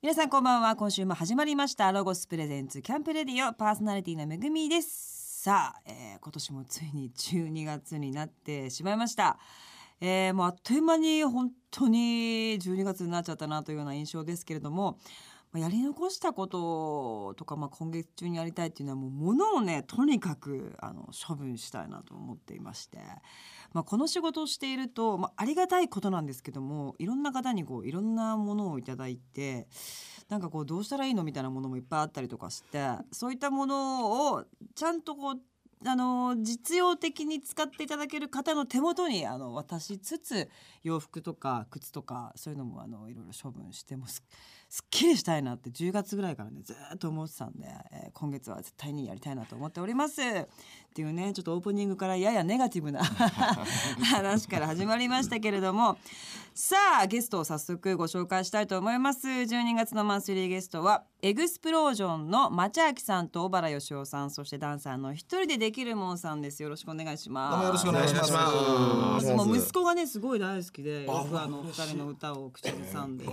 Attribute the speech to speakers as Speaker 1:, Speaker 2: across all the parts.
Speaker 1: 皆さんこんばんは今週も始まりましたロゴスプレゼンツキャンプレディオパーソナリティのめぐみですさあ、えー今年もついに12月になってしまいましたえーもうあっという間に本当に12月になっちゃったなというような印象ですけれどもまあやり残したこととか、まあ、今月中にやりたいっていうのはもう物をねとにかくあの処分したいなと思っていまして、まあ、この仕事をしていると、まあ、ありがたいことなんですけどもいろんな方にこういろんなものをいただいてなんかこうどうしたらいいのみたいなものもいっぱいあったりとかしてそういったものをちゃんとこうあの実用的に使っていただける方の手元にあの渡しつつ洋服とか靴とかそういうのもあのいろいろ処分してもうすすっきりしたいなって10月ぐらいからねずーっと思ってたんで、えー今月は絶対にやりたいなと思っておりますっていうねちょっとオープニングからややネガティブな話から始まりましたけれどもさあゲストを早速ご紹介したいと思います12月のマンスリーゲストはエグスプロージョンの町明さんと小原義雄さんそしてダンサーの一人でできるもんさんですよろしくお願いします
Speaker 2: どうもよろしくお願いします。
Speaker 3: お願いし
Speaker 1: も
Speaker 3: ま
Speaker 1: う
Speaker 3: す
Speaker 1: 息子がねすごい大好きで
Speaker 2: あ
Speaker 1: よくあの
Speaker 2: 嬉
Speaker 1: 二
Speaker 2: しい
Speaker 1: 人の歌を口ずさんで、は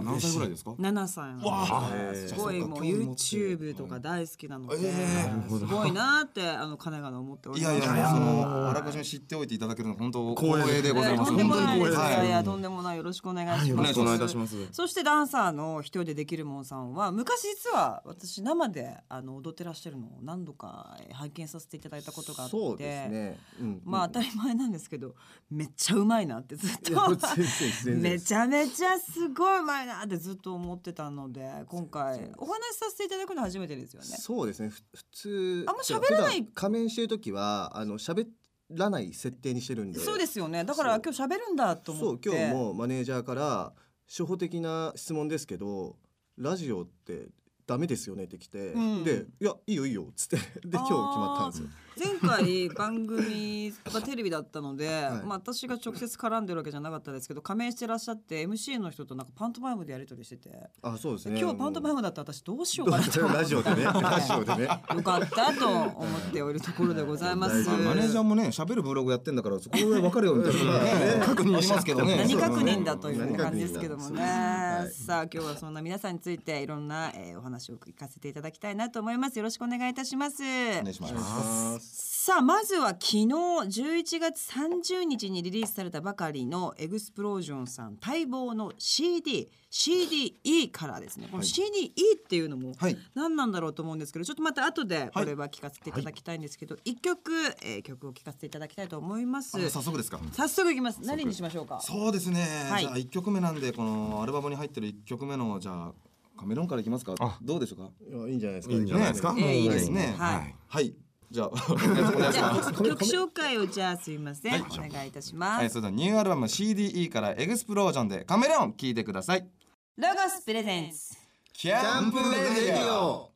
Speaker 1: い
Speaker 3: 何歳ぐらいですか
Speaker 1: 7歳なの
Speaker 2: わあ
Speaker 1: ですごいもう YouTube とか大好きなので、
Speaker 2: ええ
Speaker 1: すごいなーってあの神奈川で思っており
Speaker 2: い
Speaker 1: ま
Speaker 2: や
Speaker 1: す
Speaker 2: いや、もうその、あ
Speaker 1: は
Speaker 2: ら
Speaker 1: い
Speaker 2: かじめ知っておいていただけるの、本当
Speaker 3: 光栄
Speaker 2: 光栄でございます。
Speaker 1: とんでもないです、、
Speaker 2: はい
Speaker 1: やい
Speaker 2: い。
Speaker 1: やとんでもないよろしくお願いし
Speaker 3: よろ
Speaker 1: ます
Speaker 3: しくお願いいたします。
Speaker 1: そしてダンサーの一人でできるもんさんは昔実は私生であの踊ってらっしゃるのを何度か拝見させていただいたことがあって
Speaker 3: そうですね。うん
Speaker 1: まあ当たり前なんですけどめっちゃうまいなってずっ
Speaker 3: い
Speaker 1: と
Speaker 3: や全然全然
Speaker 1: めちゃめちゃすごいうまいなってずっと思ってたので今回お話しさせていただくの初めてですよね。
Speaker 3: そうですね。ふ普通
Speaker 1: あんま喋らない
Speaker 3: 普段仮面してる時はあの喋らない設定にしてるんで。
Speaker 1: そうですよねだから今日喋るんだと
Speaker 3: そ
Speaker 1: 思っ
Speaker 3: う
Speaker 1: て
Speaker 3: 今日もマネージャーから初歩的な質問ですけどラジオってダメですよねって来て、
Speaker 1: うん
Speaker 3: でいやいいよいいよっつってで今日決まったんですよ。
Speaker 1: 前回番組がテレビだったので、
Speaker 3: い
Speaker 1: まあ、私が直接絡んでるわけじゃなかったですけど加盟してらっしゃって MC の人となんかパントマイムでやり取りしてて、
Speaker 3: あそうですね。
Speaker 1: 今日パントマイ
Speaker 3: も
Speaker 1: ムだって私どうしよう
Speaker 3: う
Speaker 1: かなと思って
Speaker 3: ラジオ でねラジオでね。
Speaker 1: よかったと思っておるところでございます。
Speaker 2: まあマネージャーもね、喋るブログやってんだから、そこで分かるよみたいなね、確認しますけどね。
Speaker 1: 何確認
Speaker 2: だ
Speaker 1: だという感じですけどもね、
Speaker 3: 何確認だそうですね
Speaker 1: さあ今日はそんな皆さんについていろんな、えーお話を聞かせていただきたいなと思いますよろしくお願いいたします
Speaker 2: お願いします。
Speaker 1: さあまずは昨日11月30日にリリースされたばかりのエグスプロージョンさん待望の CDCDE からですねこの CDE っていうのも
Speaker 2: はい。
Speaker 1: 何なんだろうと思うんですけどちょっとまた後でこれは聞かせていただきたいんですけど、一曲、えー曲を聞かせていただきたいと思います
Speaker 2: あ早速ですか。
Speaker 1: 早速いきます何にしましょうか
Speaker 2: そうですね。
Speaker 1: はい
Speaker 2: じゃあ、一曲目なんで、このアルバムに入ってる一曲目の、じゃあ。カメロンからいきますか。どうでしょうか。
Speaker 3: いやいいんじゃないですか。
Speaker 4: いいんじゃないですか。
Speaker 1: ええいいですねはい
Speaker 2: はい。じゃあ、お願いします
Speaker 1: じ。ゃあ曲紹介をじゃあすいません、お願いいたします、
Speaker 2: はい、 それではニューアルバム CDE からエグスプロージョンでカメレオン聴いてください。
Speaker 1: ロゴスプレゼンス
Speaker 2: キャンプレディオ。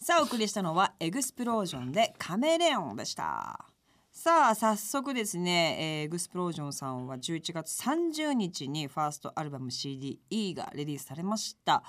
Speaker 1: さあお送りしたのはエグスプロージョンでカメレオンでしたさあ早速ですね、えーエグスプロージョンさんは11月30日にファーストアルバム CDE がリリースされました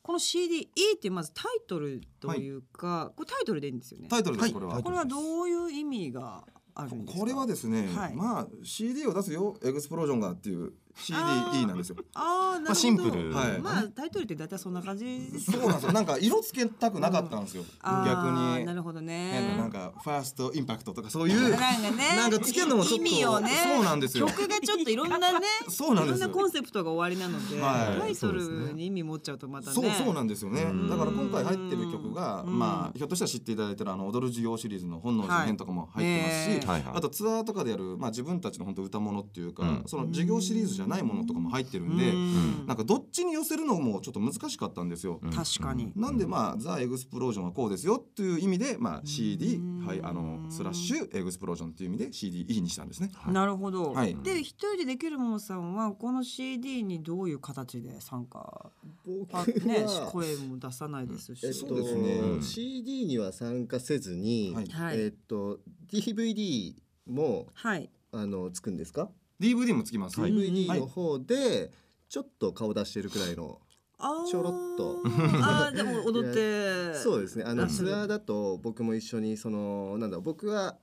Speaker 1: この CDE ってまずタイトルというか、これタイトルでいいんですよね
Speaker 2: タイトルです、これは。
Speaker 1: これはどういう意味があるんですか
Speaker 2: これはですね、
Speaker 1: はい
Speaker 2: まあ CD を出すよエグスプロージョンがっていう CDE なんですよ。
Speaker 1: ああなるほど、
Speaker 4: まあシンプル
Speaker 2: はい
Speaker 1: まあタイトルって大体そんな感じです
Speaker 2: そうなんですよ。なんか色つけたくなかったんですよ。逆
Speaker 1: あー
Speaker 2: に
Speaker 1: なるほどね
Speaker 2: 変ななんかファーストインパクトとかそういう
Speaker 1: なんかね
Speaker 2: なんかつけるのもちょっと
Speaker 1: 意味をね
Speaker 2: そうなんですよ。
Speaker 1: 曲がちょっといろんなね
Speaker 2: そうなんです
Speaker 1: いろんなコンセプトが終わりなので、
Speaker 2: はい
Speaker 1: タイトルに意味持っちゃうとまたね
Speaker 2: そうそうなんですよねだから今回入ってる曲がまあひょっとしたら知っていただいてるあの踊る授業シリーズの本能寺編とかも入ってますし、
Speaker 1: はいねえ
Speaker 4: はいはい
Speaker 2: あとツアーとかでやるまあ自分たちの本当歌物っていうか、その授業シリーズじゃないものとかも入ってるんで、
Speaker 1: うん
Speaker 2: なんかどっちに寄せるのもちょっと難しかったんですよ。
Speaker 1: 確かに、
Speaker 2: なんでまあザエグスプロージョンはこうですよっていう意味でまあ CD はいあのスラッシュエグスプロージョンっていう意味で CDE にしたんですね。
Speaker 1: なるほど、
Speaker 2: はい
Speaker 1: で一人でできるものさんはこの CD にどういう形で参 加
Speaker 3: 僕
Speaker 1: あ
Speaker 3: は
Speaker 1: ね声も出さないですし、
Speaker 3: えっと
Speaker 2: そうですねうん
Speaker 3: CD には参加せずに、
Speaker 2: はい
Speaker 1: はい
Speaker 3: えっと DVD も
Speaker 1: はい
Speaker 3: あのつくんですか、
Speaker 2: DVD もつきます。はい。
Speaker 3: DVD
Speaker 2: はい
Speaker 3: の方でちょっと顔出してるくらいの、
Speaker 1: あー
Speaker 3: ちょろっと
Speaker 1: あーでも踊 って
Speaker 3: そうですねあの
Speaker 1: 出す
Speaker 3: ツアーだと僕も一緒にそのなんだ僕は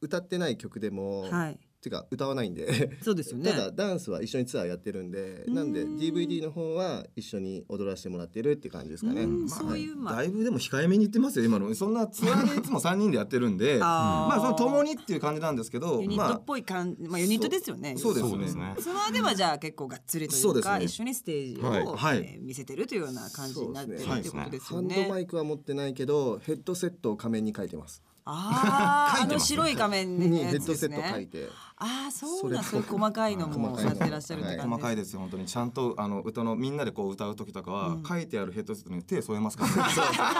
Speaker 3: 歌ってない曲でも、
Speaker 1: はい
Speaker 3: てか歌わないんで、
Speaker 1: そうですよね
Speaker 3: ただダンスは一緒にツアーやってるんでなんで
Speaker 1: うーん
Speaker 3: DVD の方は一緒に踊らせてもらってるって感じですかね
Speaker 1: う
Speaker 2: ま
Speaker 1: ん
Speaker 2: あ
Speaker 1: そういうまあ
Speaker 2: だいぶでも控えめに言ってますよ今のそんなツアーでいつも3人でやってるん で
Speaker 1: あー
Speaker 2: まあその共にっていう感じなんですけど
Speaker 1: ユニットっぽい感まあユニットですよね
Speaker 2: そうですね
Speaker 4: そうですね
Speaker 1: ツアーではじゃあ結構がっつりとい
Speaker 2: そう
Speaker 1: う
Speaker 2: です
Speaker 1: か
Speaker 2: ね
Speaker 1: 一緒にステージを
Speaker 2: はいはい
Speaker 1: えー見せてるというような感じになってる
Speaker 3: そ
Speaker 1: っ
Speaker 3: うで
Speaker 1: て
Speaker 4: すね
Speaker 1: ことです
Speaker 3: ハ
Speaker 1: よ
Speaker 3: ンドマ
Speaker 1: ね。
Speaker 3: イクは持ってないけどヘッドセットを仮面に書いてます。
Speaker 1: あああ
Speaker 4: 書いて
Speaker 1: の
Speaker 4: ます
Speaker 1: 白い画面
Speaker 3: に
Speaker 1: の
Speaker 3: ヘ
Speaker 1: や
Speaker 3: ッ
Speaker 1: つ
Speaker 3: ド
Speaker 1: で
Speaker 3: セ
Speaker 1: す
Speaker 3: ット書い
Speaker 1: ね。
Speaker 3: て、
Speaker 1: ああそうなん
Speaker 3: そ
Speaker 1: そう
Speaker 3: れ
Speaker 1: いう細かいのもや
Speaker 3: 細かいの
Speaker 1: ってらっしゃるって
Speaker 3: はい
Speaker 1: 感
Speaker 2: 細
Speaker 1: じ
Speaker 2: かい
Speaker 1: で。
Speaker 2: ですすよ本当にちゃんとあの歌のみんなでこう歌う時とかは、書いてあるヘッドセットに手添えますから、ね、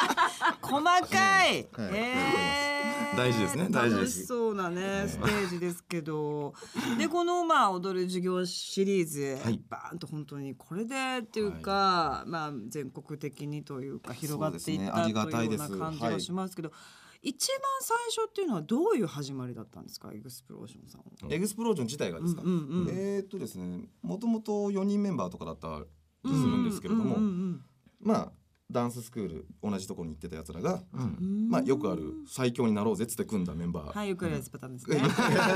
Speaker 1: 細かい。
Speaker 3: はい
Speaker 1: えー
Speaker 2: 大事ですね大事です
Speaker 1: 楽しそうなねステージですけど、でこのまあ踊る授業シリーズ、
Speaker 4: はい
Speaker 1: バーンと本当にこれでっていうか、まあ全国的にというか広がっていった
Speaker 2: そうですねあ
Speaker 1: とい
Speaker 2: りがたい
Speaker 1: よ
Speaker 2: うで
Speaker 1: うな
Speaker 2: す
Speaker 1: 感じ
Speaker 2: は
Speaker 1: が
Speaker 2: い
Speaker 1: しますけど、一番最初っていうのはどういう始まりだったんですかエグスプローションさんは。
Speaker 2: エグスプロージョン自体がですか、
Speaker 1: うんうんうん
Speaker 2: えーっとですねもともと4人メンバーとかだったりするんですけれども、
Speaker 1: うんうん
Speaker 2: まあダンススクール同じところに行ってたやつらが、
Speaker 1: うんうん
Speaker 2: まあ、よくある最強になろうぜっつって組んだメンバー、
Speaker 1: はいよくやるやつパターンです ね。よくやるやつね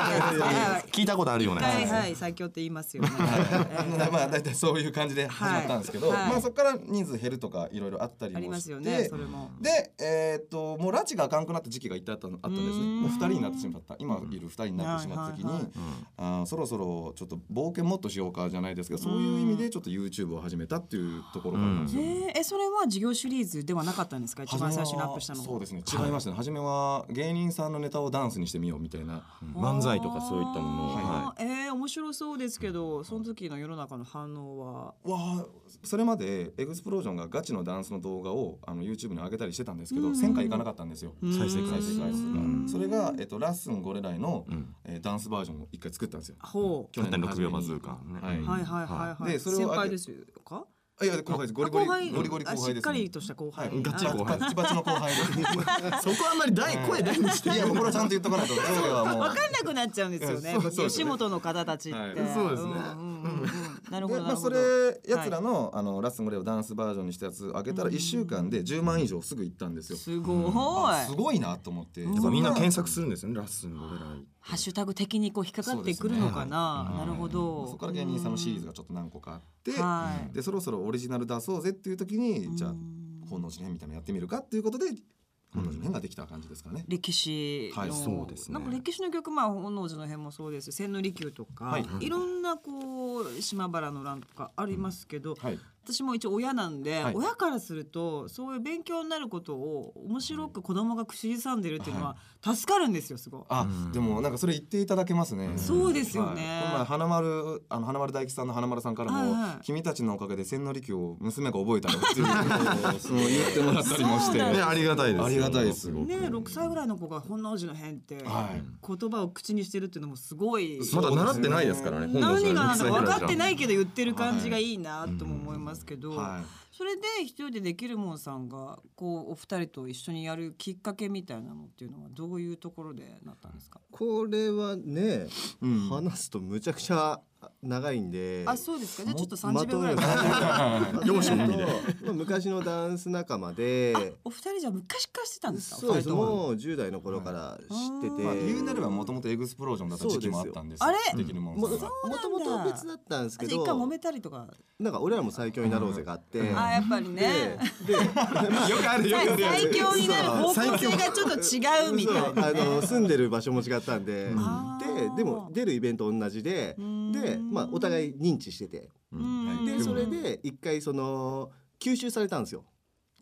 Speaker 1: はい
Speaker 4: 聞いたことあるようなやつ
Speaker 1: は
Speaker 4: で
Speaker 1: い
Speaker 4: すね
Speaker 1: はい最強って言いますよね。
Speaker 2: まあ まあ大体そういう感じで始まったんですけど、
Speaker 1: はいはい
Speaker 2: まあそこから人数減るとかいろいろあったりも
Speaker 1: あ
Speaker 2: して
Speaker 1: りますよねそれも。
Speaker 2: でえーっともう拉致があかんくなった時期が一旦あったあったんですね
Speaker 1: うーん
Speaker 2: もう2人になってしまった今いる2人になってしまった時
Speaker 1: は
Speaker 2: に、
Speaker 1: いはいはい
Speaker 2: あーそろそろちょっと冒険もっとしようかじゃないですけどそういう意味でちょっと YouTube を始めたっていうところからなんですよ。
Speaker 1: えー、えそれは事業シリーズではなかったんですか一番最初にアップしたの
Speaker 2: そうですすね違いましたね、初めは芸人さんのネタをダンスにしてみようみたいな、
Speaker 4: 漫才とかそういったものを
Speaker 1: はえー面白そうですけどその時の世の中の反応は
Speaker 2: わあそれまでエグスプロージョンがガチのダンスの動画をあの YouTube に上げたりしてたんですけど、
Speaker 1: うん
Speaker 2: 1000回いかなかったんですよ、
Speaker 1: うん
Speaker 4: 再生
Speaker 2: 再
Speaker 4: 回数
Speaker 2: 生回数が、
Speaker 4: うん
Speaker 2: それが、えっと、ラッスンゴレライの、
Speaker 4: うん
Speaker 2: えーダンスバージョンを一回作ったんですよ
Speaker 1: ほう
Speaker 2: 去年の初めに
Speaker 4: 簡単に6秒バズーカね
Speaker 2: は
Speaker 1: は
Speaker 2: い
Speaker 1: いはいはいはい
Speaker 2: でそれを
Speaker 1: 先輩ですか
Speaker 2: あいや後輩ですゴリゴリ
Speaker 1: あ後輩
Speaker 2: ゴリゴリ後輩です、
Speaker 1: あしっかりとした後輩、
Speaker 2: はい、
Speaker 4: ガチ後輩
Speaker 2: バチバチの後輩で
Speaker 4: そこはあんまり大声大にして
Speaker 2: すいやこれはちゃんと言っとかない と上下はもう
Speaker 1: 分かんなくなっちゃうんですよね
Speaker 2: そうそう
Speaker 1: 吉本の方たちって、
Speaker 2: はい
Speaker 4: そうですね
Speaker 1: んうんうんうんなるほ
Speaker 2: で
Speaker 1: どな
Speaker 2: まあ、
Speaker 1: る
Speaker 2: そ
Speaker 1: ほ
Speaker 2: れ
Speaker 1: ど、
Speaker 2: やつらの,、あのラッスンゴレラをダンスバージョンにしたやつ上げたら1週間で10万以上すぐ行ったんですよ。
Speaker 1: すごい、
Speaker 2: あすごいなと思って、
Speaker 1: うん
Speaker 4: やっぱみんな検索するんですよねラッスンゴレライ
Speaker 1: ハッシュタグ的にこう引っかかってくるのかな、
Speaker 2: そうですねはい
Speaker 1: なるほど、
Speaker 2: そこから芸人さんのシリーズがちょっと何個かあって、
Speaker 1: はい
Speaker 2: でそろそろオリジナル出そうぜっていう時に、じゃあ
Speaker 1: うん
Speaker 2: 本能寺の変みたいなのやってみるかっていうことで本能寺の変ができた感じですかね。
Speaker 1: 歴史の、
Speaker 2: はい
Speaker 4: そうですね
Speaker 1: なんか歴史の曲まあ本能寺の変もそうです千利休とか、
Speaker 2: はいい、
Speaker 1: ろんなこう島原の乱とかありますけど、
Speaker 2: はい、
Speaker 1: 私も一応親なんで、
Speaker 2: はい
Speaker 1: 親からするとそういう勉強になることを面白く子供が口ずさんでるっていうのは助かるんですよすごい。
Speaker 2: あ、
Speaker 4: うん
Speaker 2: でもなんかそれ言っていただけますね。
Speaker 1: そうですよね
Speaker 2: はいこの前花丸あの花丸大吉さんの花丸さんからも、
Speaker 1: はいはい
Speaker 2: 君たちのおかげで千利休を娘が覚えたよっていうことを その言ってもらったりもして、
Speaker 1: そうなん
Speaker 4: ねありがたいですよ
Speaker 2: ありがたいです
Speaker 4: ごく
Speaker 1: ね、6歳ぐらいの子が本能寺の変って
Speaker 2: はい
Speaker 1: 言葉を口にしてるっていうのもすごい、
Speaker 4: まだ習ってないですからね本能
Speaker 1: 何
Speaker 4: 寺
Speaker 1: が
Speaker 4: の
Speaker 1: なん
Speaker 4: 変
Speaker 1: だか分
Speaker 4: 6歳ぐらいじゃ
Speaker 1: かってないけど言ってる感じがいいなとも思いますけど、
Speaker 2: はい
Speaker 1: それで一人でできるもんさんがこうお二人と一緒にやるきっかけみたいなのっていうのはどういうところでなったんですか、
Speaker 3: これはね、
Speaker 2: うん
Speaker 3: 話すとむちゃくちゃ長いんで。
Speaker 1: あそうですかねちょっと
Speaker 3: ま
Speaker 1: 30
Speaker 3: と
Speaker 1: 秒ぐら
Speaker 3: め
Speaker 1: い
Speaker 3: ま
Speaker 1: か
Speaker 3: と
Speaker 1: な
Speaker 3: めると
Speaker 4: 容赦の意味で
Speaker 3: まあ昔のダンス仲間で。
Speaker 1: お二人じゃ昔からしてたんですか
Speaker 3: そうです。
Speaker 1: お二人とも
Speaker 3: もう10代の頃から知ってて、
Speaker 1: うん
Speaker 2: まあ、言うなればもともとエグスプロージョンだった時期もあったんですよ
Speaker 1: そうですよ
Speaker 2: できるもん
Speaker 3: も
Speaker 2: さ
Speaker 3: も
Speaker 2: んが
Speaker 3: ともと別だったんです
Speaker 1: あ
Speaker 3: け
Speaker 1: じゃあ一回揉
Speaker 3: ど
Speaker 1: めたりとか、
Speaker 3: なんか俺らも最強になろうぜがあって、
Speaker 1: あやっぱりね
Speaker 3: でで
Speaker 2: よくあるよく
Speaker 1: 最
Speaker 2: ある
Speaker 1: 最強になる方向性がちょっと違うみたいな
Speaker 3: あの住んでる場所も違ったんで、
Speaker 1: あ
Speaker 3: で
Speaker 1: ー
Speaker 3: でも出るイベント同じで
Speaker 1: うん
Speaker 3: で、まあ、お互い認知してて
Speaker 1: うん
Speaker 3: でそれで一回その吸収されたんですよ、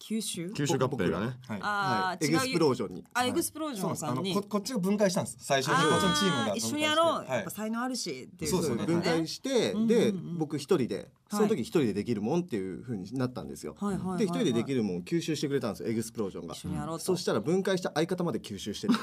Speaker 1: 九州
Speaker 4: 九州合併がね
Speaker 2: はい
Speaker 1: あ
Speaker 3: は
Speaker 1: ー
Speaker 3: い、エ
Speaker 1: 違う
Speaker 3: グスプロージョンに。
Speaker 1: あエグスプロージ
Speaker 2: そ
Speaker 1: ョ
Speaker 2: う
Speaker 1: ン
Speaker 2: なんです
Speaker 1: さ
Speaker 2: あ
Speaker 1: ん
Speaker 2: の
Speaker 1: に
Speaker 2: ここっちが分解したんです最初にこっちのチームが
Speaker 1: あー
Speaker 2: 分解して
Speaker 1: 一緒にやろう、
Speaker 2: は
Speaker 1: やっ
Speaker 2: い
Speaker 1: ぱ才能あるしっていう
Speaker 2: そうですね
Speaker 3: 分解
Speaker 1: し
Speaker 3: して、
Speaker 1: うん
Speaker 3: で
Speaker 1: うんうん
Speaker 3: 僕一人でその時一人でできるもんっていう風になったんですよ。
Speaker 1: はいはいはいはい
Speaker 3: で一人でできるもんを吸収してくれたんですよエグスプロージョンが。
Speaker 1: 一緒にやろうと
Speaker 3: そしたら分解した相方まで吸収してて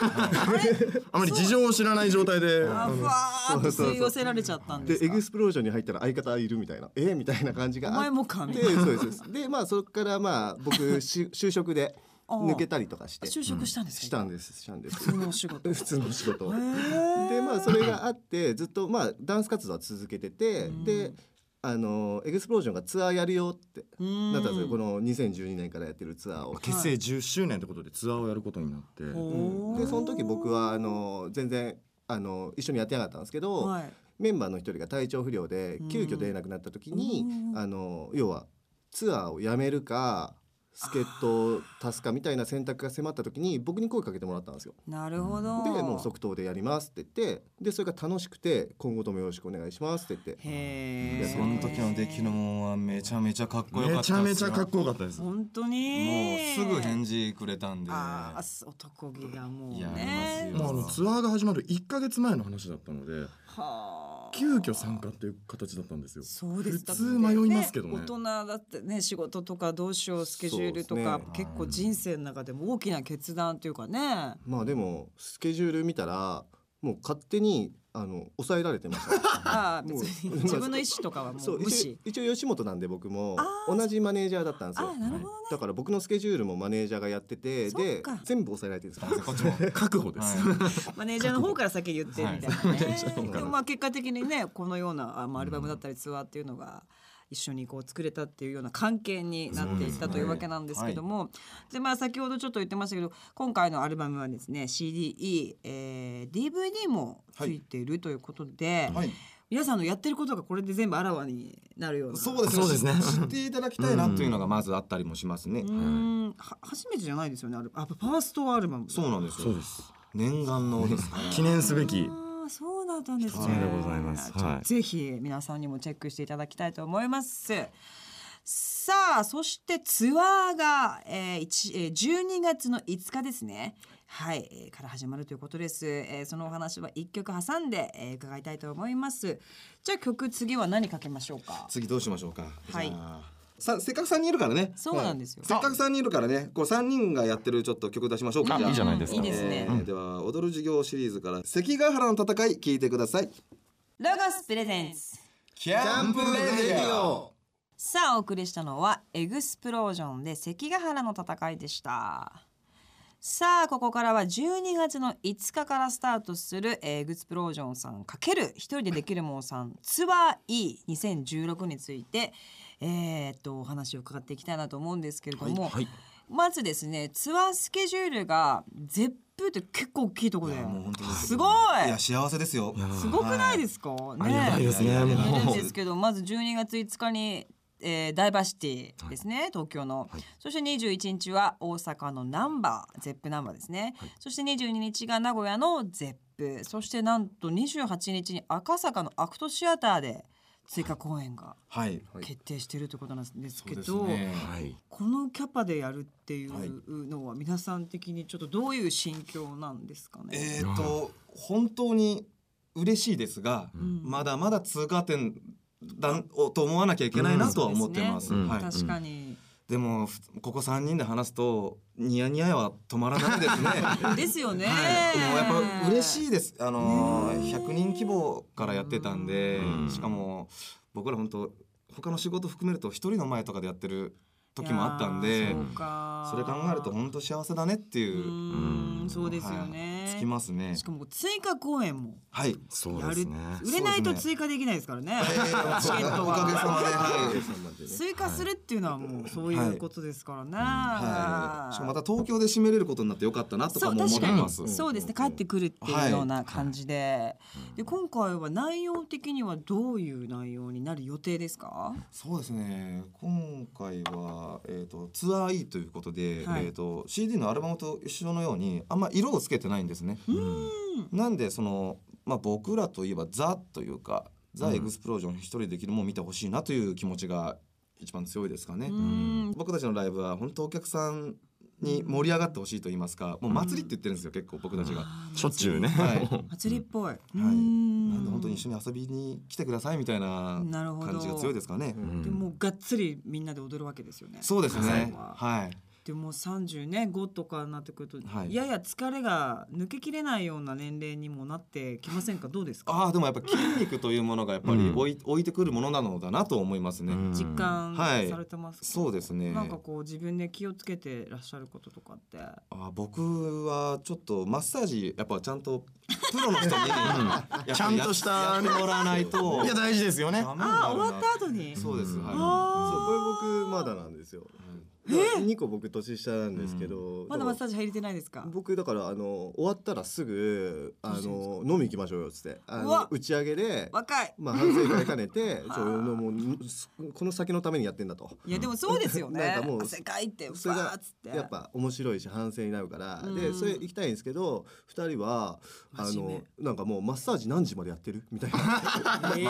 Speaker 4: あまり事情を知らない状態で
Speaker 1: あふわーっと吸い寄せられちゃったんです
Speaker 3: で
Speaker 1: か
Speaker 3: エグスプロージョンに入ったら相方いるみたいなえみたいな感じがあ
Speaker 1: お
Speaker 3: って
Speaker 1: 前もかみた
Speaker 3: で
Speaker 1: いな
Speaker 3: そうですそうですでまあそこからまあ 僕し就職で抜けたりとかして
Speaker 1: 就職したんですか、
Speaker 3: したんですしたん です
Speaker 1: 普通のお仕事
Speaker 3: 普通の仕事を
Speaker 1: へー
Speaker 3: でまあそれがあってずっとまあダンス活動は続けててであのエグスプロージョンがツアーやるよって
Speaker 1: うん
Speaker 3: なったんですよこの2012年からやってるツアーを。
Speaker 4: 結成10周年ってことでツアーをやることになって
Speaker 1: ほー
Speaker 3: でその時僕はあの全然あの一緒にやってなかったんですけど、
Speaker 1: はい。
Speaker 3: メンバーの一人が体調不良で
Speaker 1: うん
Speaker 3: 急遽出れなくなった時に、
Speaker 1: うん
Speaker 3: あの要はツアーをやめるか助っ人を足すかみたいな選択が迫った時に僕に声かけてもらったんですよ。
Speaker 1: なるほど。
Speaker 3: でもう即答でやりますって言ってでそれが楽しくて今後ともよろしくお願いしますって言って
Speaker 1: へ
Speaker 2: いや
Speaker 1: え。
Speaker 2: その時の出来の
Speaker 1: も
Speaker 2: もんはめちゃめちゃかっこよか
Speaker 4: め
Speaker 2: っ
Speaker 4: ち
Speaker 2: た
Speaker 4: ゃ
Speaker 2: っ
Speaker 4: め
Speaker 2: す
Speaker 4: ち
Speaker 2: よ
Speaker 4: ゃかっこよかったです。
Speaker 1: 本当に。
Speaker 2: もうすぐ返
Speaker 1: 事。
Speaker 2: 事くれたんで
Speaker 1: ああ、す男気がもう
Speaker 2: いやあ
Speaker 1: ね
Speaker 2: り。
Speaker 4: もうあの
Speaker 2: そう
Speaker 4: ツアーが始まる1か月前の話だったので
Speaker 1: はあ。
Speaker 4: 急遽参加っていう形だったんですよ
Speaker 1: そうです
Speaker 4: 普通迷いますけどね
Speaker 1: だって大人だってね仕事とかどうしようスケジュールとか、
Speaker 3: そう
Speaker 2: ですね
Speaker 1: 結構人生の中でも大きな決断というかね
Speaker 3: まあでもスケジュール見たらもう勝手にあの抑えられてました。
Speaker 1: ああ
Speaker 3: もう
Speaker 1: 別に自分の意思とかはも
Speaker 3: そう
Speaker 1: う無視
Speaker 3: 一応一応吉本なんで僕も
Speaker 1: あー
Speaker 3: 同じマネージャーだったんです
Speaker 1: あ
Speaker 3: よ
Speaker 1: あなるほどね
Speaker 3: だから僕のスケジュールもマネージャーがやってて
Speaker 1: そっ
Speaker 3: で
Speaker 1: か
Speaker 3: 全部抑えられてるんですよ
Speaker 2: こっちも
Speaker 4: 覚悟です、
Speaker 2: は
Speaker 1: マネージャーの方から先言ってみたいなね、
Speaker 3: い
Speaker 1: でもまあ結果的にねこのようなあまあアルバムだったりツアーっていうのが一緒にこう作れたっていうような関係になっていったというわけなんですけどもでまあ先ほどちょっと言ってましたけど今回のアルバムはですね CDE、えー DVD もついているということで、
Speaker 2: い、はい、
Speaker 1: 皆さんのやってることがこれで全部あらわになるような
Speaker 2: そうですね
Speaker 4: そうですね
Speaker 2: 知っていただきたいなというのがまずあったりもしますね、
Speaker 1: うーんは初めてじゃないですよねあれあファーストアルバム
Speaker 2: そうなんです
Speaker 4: そう
Speaker 2: よ
Speaker 4: です
Speaker 2: 念願のですね
Speaker 4: 記念すべき
Speaker 1: あーそうだったんですね。
Speaker 4: 一目でございます
Speaker 1: ちょ
Speaker 4: はい
Speaker 1: ぜひ皆さんにもチェックしていただきたいと思います。さあそしてツアーが、えー一えー12月の5日ですねはい、えーから始まるということです、えーそのお話は1曲挟んで、えー伺いたいと思いますじゃあ曲次は何かけましょうか
Speaker 2: 次どうしましょうか。
Speaker 1: はい
Speaker 2: じゃあ。させっかく三人いるからね。
Speaker 1: そうなんですよ
Speaker 2: はいせっかく三人いるからね、こう三人がやってるちょっと曲出しましょうか。
Speaker 4: あいいじゃないですか
Speaker 1: いいですね
Speaker 2: えーでは踊る授業シリーズから関ヶ原の戦い聞いてください。
Speaker 1: ロゴスプレゼンス
Speaker 2: キャンプレディオ。
Speaker 1: さあお送りしたのはエグスプロージョンで関ヶ原の戦いでしたさあここからは12月の5日からスタートするえーエグスプロージョンさん×一人でできるもんさんツアー E2016 についてえーっとお話を伺っていきたいなと思うんですけれども、
Speaker 4: はい
Speaker 1: まずですねツアースケジュールが絶風って結構大きいところだよすごい
Speaker 2: いや幸せですよ。
Speaker 1: すごくないですか、
Speaker 4: ありがたいですね
Speaker 2: ね
Speaker 4: も
Speaker 1: やるん
Speaker 4: う
Speaker 1: ですけどまず12月5日に、えーダイバーシティですね、東京の、そして21日は大阪のナンバーゼップナンバーですね、そして22日が名古屋のゼップそしてなんと28日に赤坂のアクトシアターで追加公演が
Speaker 2: はい。
Speaker 1: 決定しているということなんです
Speaker 2: そう
Speaker 1: け
Speaker 2: です
Speaker 1: ど、
Speaker 2: ね。
Speaker 4: はい
Speaker 1: このキャパでやるってい
Speaker 2: はいう
Speaker 1: のは皆さん的にちょっとどういう心境なんですかね、
Speaker 2: えーっと本当に嬉しいですが、
Speaker 1: ん
Speaker 2: まだまだ通過点だをと思わなきゃいけないなとは思ってます。
Speaker 4: うん
Speaker 2: はい。
Speaker 1: 確かに、
Speaker 2: でもふここ三人で話すとニヤニヤは止まらないで すね。
Speaker 1: ですよね、
Speaker 2: はい、もうやっぱ嬉しいです。あの
Speaker 1: ねえ
Speaker 2: ー100人規模からやってたんで
Speaker 4: うん、
Speaker 2: しかも僕ら本当他の仕事含めると一人の前とかでやってる時もあったん
Speaker 1: いや
Speaker 2: で
Speaker 1: ー、そうか
Speaker 2: それ考えると本当幸せだねって
Speaker 1: う
Speaker 2: いう。
Speaker 1: ーんそうですよ
Speaker 2: はい
Speaker 1: ね、
Speaker 2: つきますね。
Speaker 1: しかも追加公演も
Speaker 2: はい。
Speaker 4: そう
Speaker 1: や
Speaker 4: で
Speaker 1: る、
Speaker 4: すね
Speaker 1: 売れないと追加できないですからね、
Speaker 2: えー
Speaker 1: チケット
Speaker 2: おかげさ
Speaker 1: は
Speaker 2: まで、はい。
Speaker 1: 追加するっていうのはもうそういうことですからね、
Speaker 2: はい。しかもまた東京で締めれることになってよかったなとかも思ってます。
Speaker 1: そうですね帰ってくるっていうような感じで、で今回は内容的にはどういう内容になる予定ですか、
Speaker 2: そうですね今回は、えー、とツアー E ということで、
Speaker 1: はい
Speaker 2: えー、と CD のアルバムと一緒のようにあんま色をつけてないんですね。なんでその、まあ、僕らといえばザというかザ・エグスプロージョン一人できるもん見てほしいなという気持ちが一番強いですかね。
Speaker 1: うん
Speaker 2: 僕たちのライブは本当お客さんに盛り上がってほしいと言いますかもう祭りって言ってるんですよ結構僕たちが。
Speaker 4: しょっちゅうね、
Speaker 2: はい
Speaker 1: 祭りっぽい、うー
Speaker 2: はい、
Speaker 1: ん
Speaker 2: なんで本当に一緒に遊びに来てくださいみたいな
Speaker 1: なるほど
Speaker 2: 感じが強いですかね。
Speaker 4: うん
Speaker 1: でもうがっつりみんなで踊るわけですよね。
Speaker 2: そうですね。
Speaker 1: は
Speaker 2: はい。
Speaker 1: でも35ね5とかになってくると、
Speaker 2: はい
Speaker 1: やや疲れが抜けきれないような年齢にもなってきませんかどうですか
Speaker 2: ああでもやっぱ筋肉というものがやっぱり
Speaker 4: うん
Speaker 2: 置い,、置いてくるものなのだなと思いますね。
Speaker 4: うん
Speaker 1: 実感
Speaker 2: はい
Speaker 1: されてますか、
Speaker 2: そうですね。
Speaker 1: なんかこう自分で気をつけてらっしゃることとかって
Speaker 2: あー僕はちょっとマッサージやっぱちゃんとプロの 人にやっぱや
Speaker 4: ちゃんとした
Speaker 2: やってもらわないと。
Speaker 4: いや大事ですよね
Speaker 2: ダメになるな
Speaker 1: ああ終わった後に
Speaker 2: そうです。はい。
Speaker 1: あ
Speaker 3: そうこれ僕まだなんですよ。 2個僕年下なんですけど、
Speaker 1: まだマッサージ入れてないですか
Speaker 3: 僕だからあの終わったらすぐあの飲み行きましょうよっつってあ
Speaker 1: うわ
Speaker 3: の打ち上げで
Speaker 1: 若い
Speaker 3: まあ反省会兼ね てちょもうすこの先のためにやってんだと
Speaker 1: いやでもそうです よね
Speaker 3: なんかもう
Speaker 1: 世界ってバ
Speaker 3: それ
Speaker 1: ー
Speaker 3: が
Speaker 1: っつって
Speaker 3: やっぱ面白いし反省になるから、
Speaker 1: う
Speaker 3: で
Speaker 1: ん
Speaker 3: それ行きたいんですけど2人はあ
Speaker 1: 真面目
Speaker 3: のなんかもうマッサージ何時までやってるみた いな
Speaker 1: え
Speaker 2: まあ、そ
Speaker 1: え
Speaker 2: こ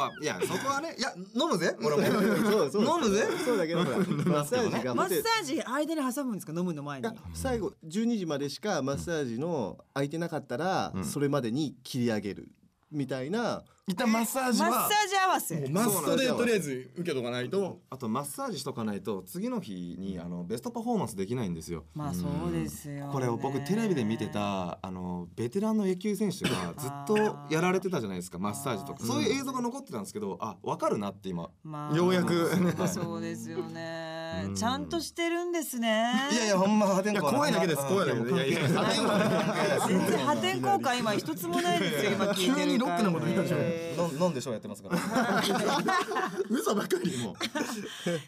Speaker 2: はいやそこはねいや飲むぜ俺も
Speaker 3: そうそう
Speaker 2: 飲むぜ
Speaker 3: そうだけどほらマッサージが
Speaker 1: マ
Speaker 3: ホテ
Speaker 1: ッ
Speaker 3: ル
Speaker 1: サージ間に挟むんですか飲むの前に
Speaker 3: いや最後12時までしかマッサージの空いてなかったら、
Speaker 4: うん
Speaker 3: それまでに切り上げるみたいな、
Speaker 4: 一旦マッサージ
Speaker 1: マッサ
Speaker 4: は
Speaker 1: ージ合わせ
Speaker 3: マストでとりあ
Speaker 2: えず受けとかないとあとマッサージしとかないと次の日にあのベストパフォーマンスできないんですよ
Speaker 1: まあそうですよね
Speaker 2: これを僕テレビで見てたあのベテランの野球選手がずっとやられてたじゃないですかマッサージと
Speaker 1: あー
Speaker 2: かそういう映像が残ってたんですけどあ分かるなって今
Speaker 1: まあ
Speaker 4: ようやく
Speaker 1: まあそうですよね
Speaker 4: うん
Speaker 1: ちゃんとしてるんですね
Speaker 2: いやいやほんま破天荒
Speaker 4: いや怖いだけです
Speaker 2: あー
Speaker 4: 怖いだけです
Speaker 2: やもう
Speaker 4: いやいや
Speaker 2: 関係ない
Speaker 1: あ全然破天荒感今一つもないですよ今聞いてる
Speaker 4: 急にロックなこと言ったじゃん
Speaker 1: えー
Speaker 2: 飲ん飲んでしょうやってますから
Speaker 4: 嘘ばっかりもう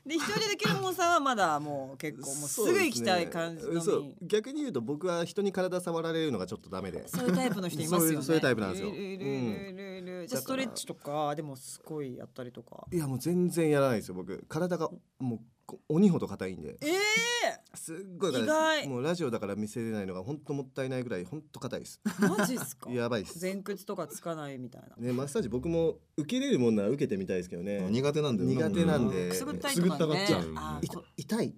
Speaker 1: で一人でケルモンさんはまだもう結構もうすぐ行きたい感じの
Speaker 3: そ
Speaker 1: に
Speaker 3: う逆に言うと僕は人に体触られるのがちょっとダメで
Speaker 1: そういうタイプの人いますよね。
Speaker 3: そういうそういうタイプなんですよ
Speaker 1: いるいるいるいるじゃあストレッチとかでもすごいやったりとか。
Speaker 3: いやもう全然やらないですよ僕体がもうこ鬼ほど硬いんで
Speaker 1: ええ
Speaker 3: すっごい硬いです
Speaker 1: 意外
Speaker 3: もうラジオだから見せれないのが本当もったいないぐらい本当硬いです
Speaker 1: マジですか。
Speaker 3: やばいです
Speaker 1: 前屈とかつかないみたいな。
Speaker 3: ねマッサージ僕も受けれるもんなら受けてみたいですけどね
Speaker 2: 苦手なんだよ
Speaker 3: 苦手なんで
Speaker 1: くすぐったい
Speaker 3: す
Speaker 1: と
Speaker 3: ぐ
Speaker 1: かね。
Speaker 4: くすぐったがっちゃう
Speaker 1: あ
Speaker 3: い
Speaker 1: ーこ
Speaker 3: 痛い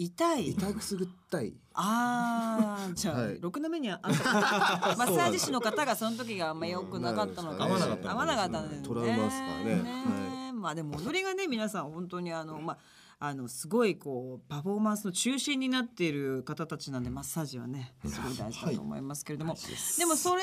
Speaker 1: 痛い。
Speaker 3: 痛くすぐったい
Speaker 1: ああ、じゃあ、
Speaker 3: はい
Speaker 1: ろくな目にああった。マッサージ師の方がその時があんま良くなかったのかもしれ
Speaker 2: う
Speaker 1: な
Speaker 2: んないんですかね
Speaker 1: 合わなかったんですね。
Speaker 3: トラウマですからね
Speaker 1: えまあでも踊りがね皆さん本当にあのまああのすごいこうパフォーマンスの中心になっている方たちなんでマッサージはねすごい大事だと思いますけれども、でもそれ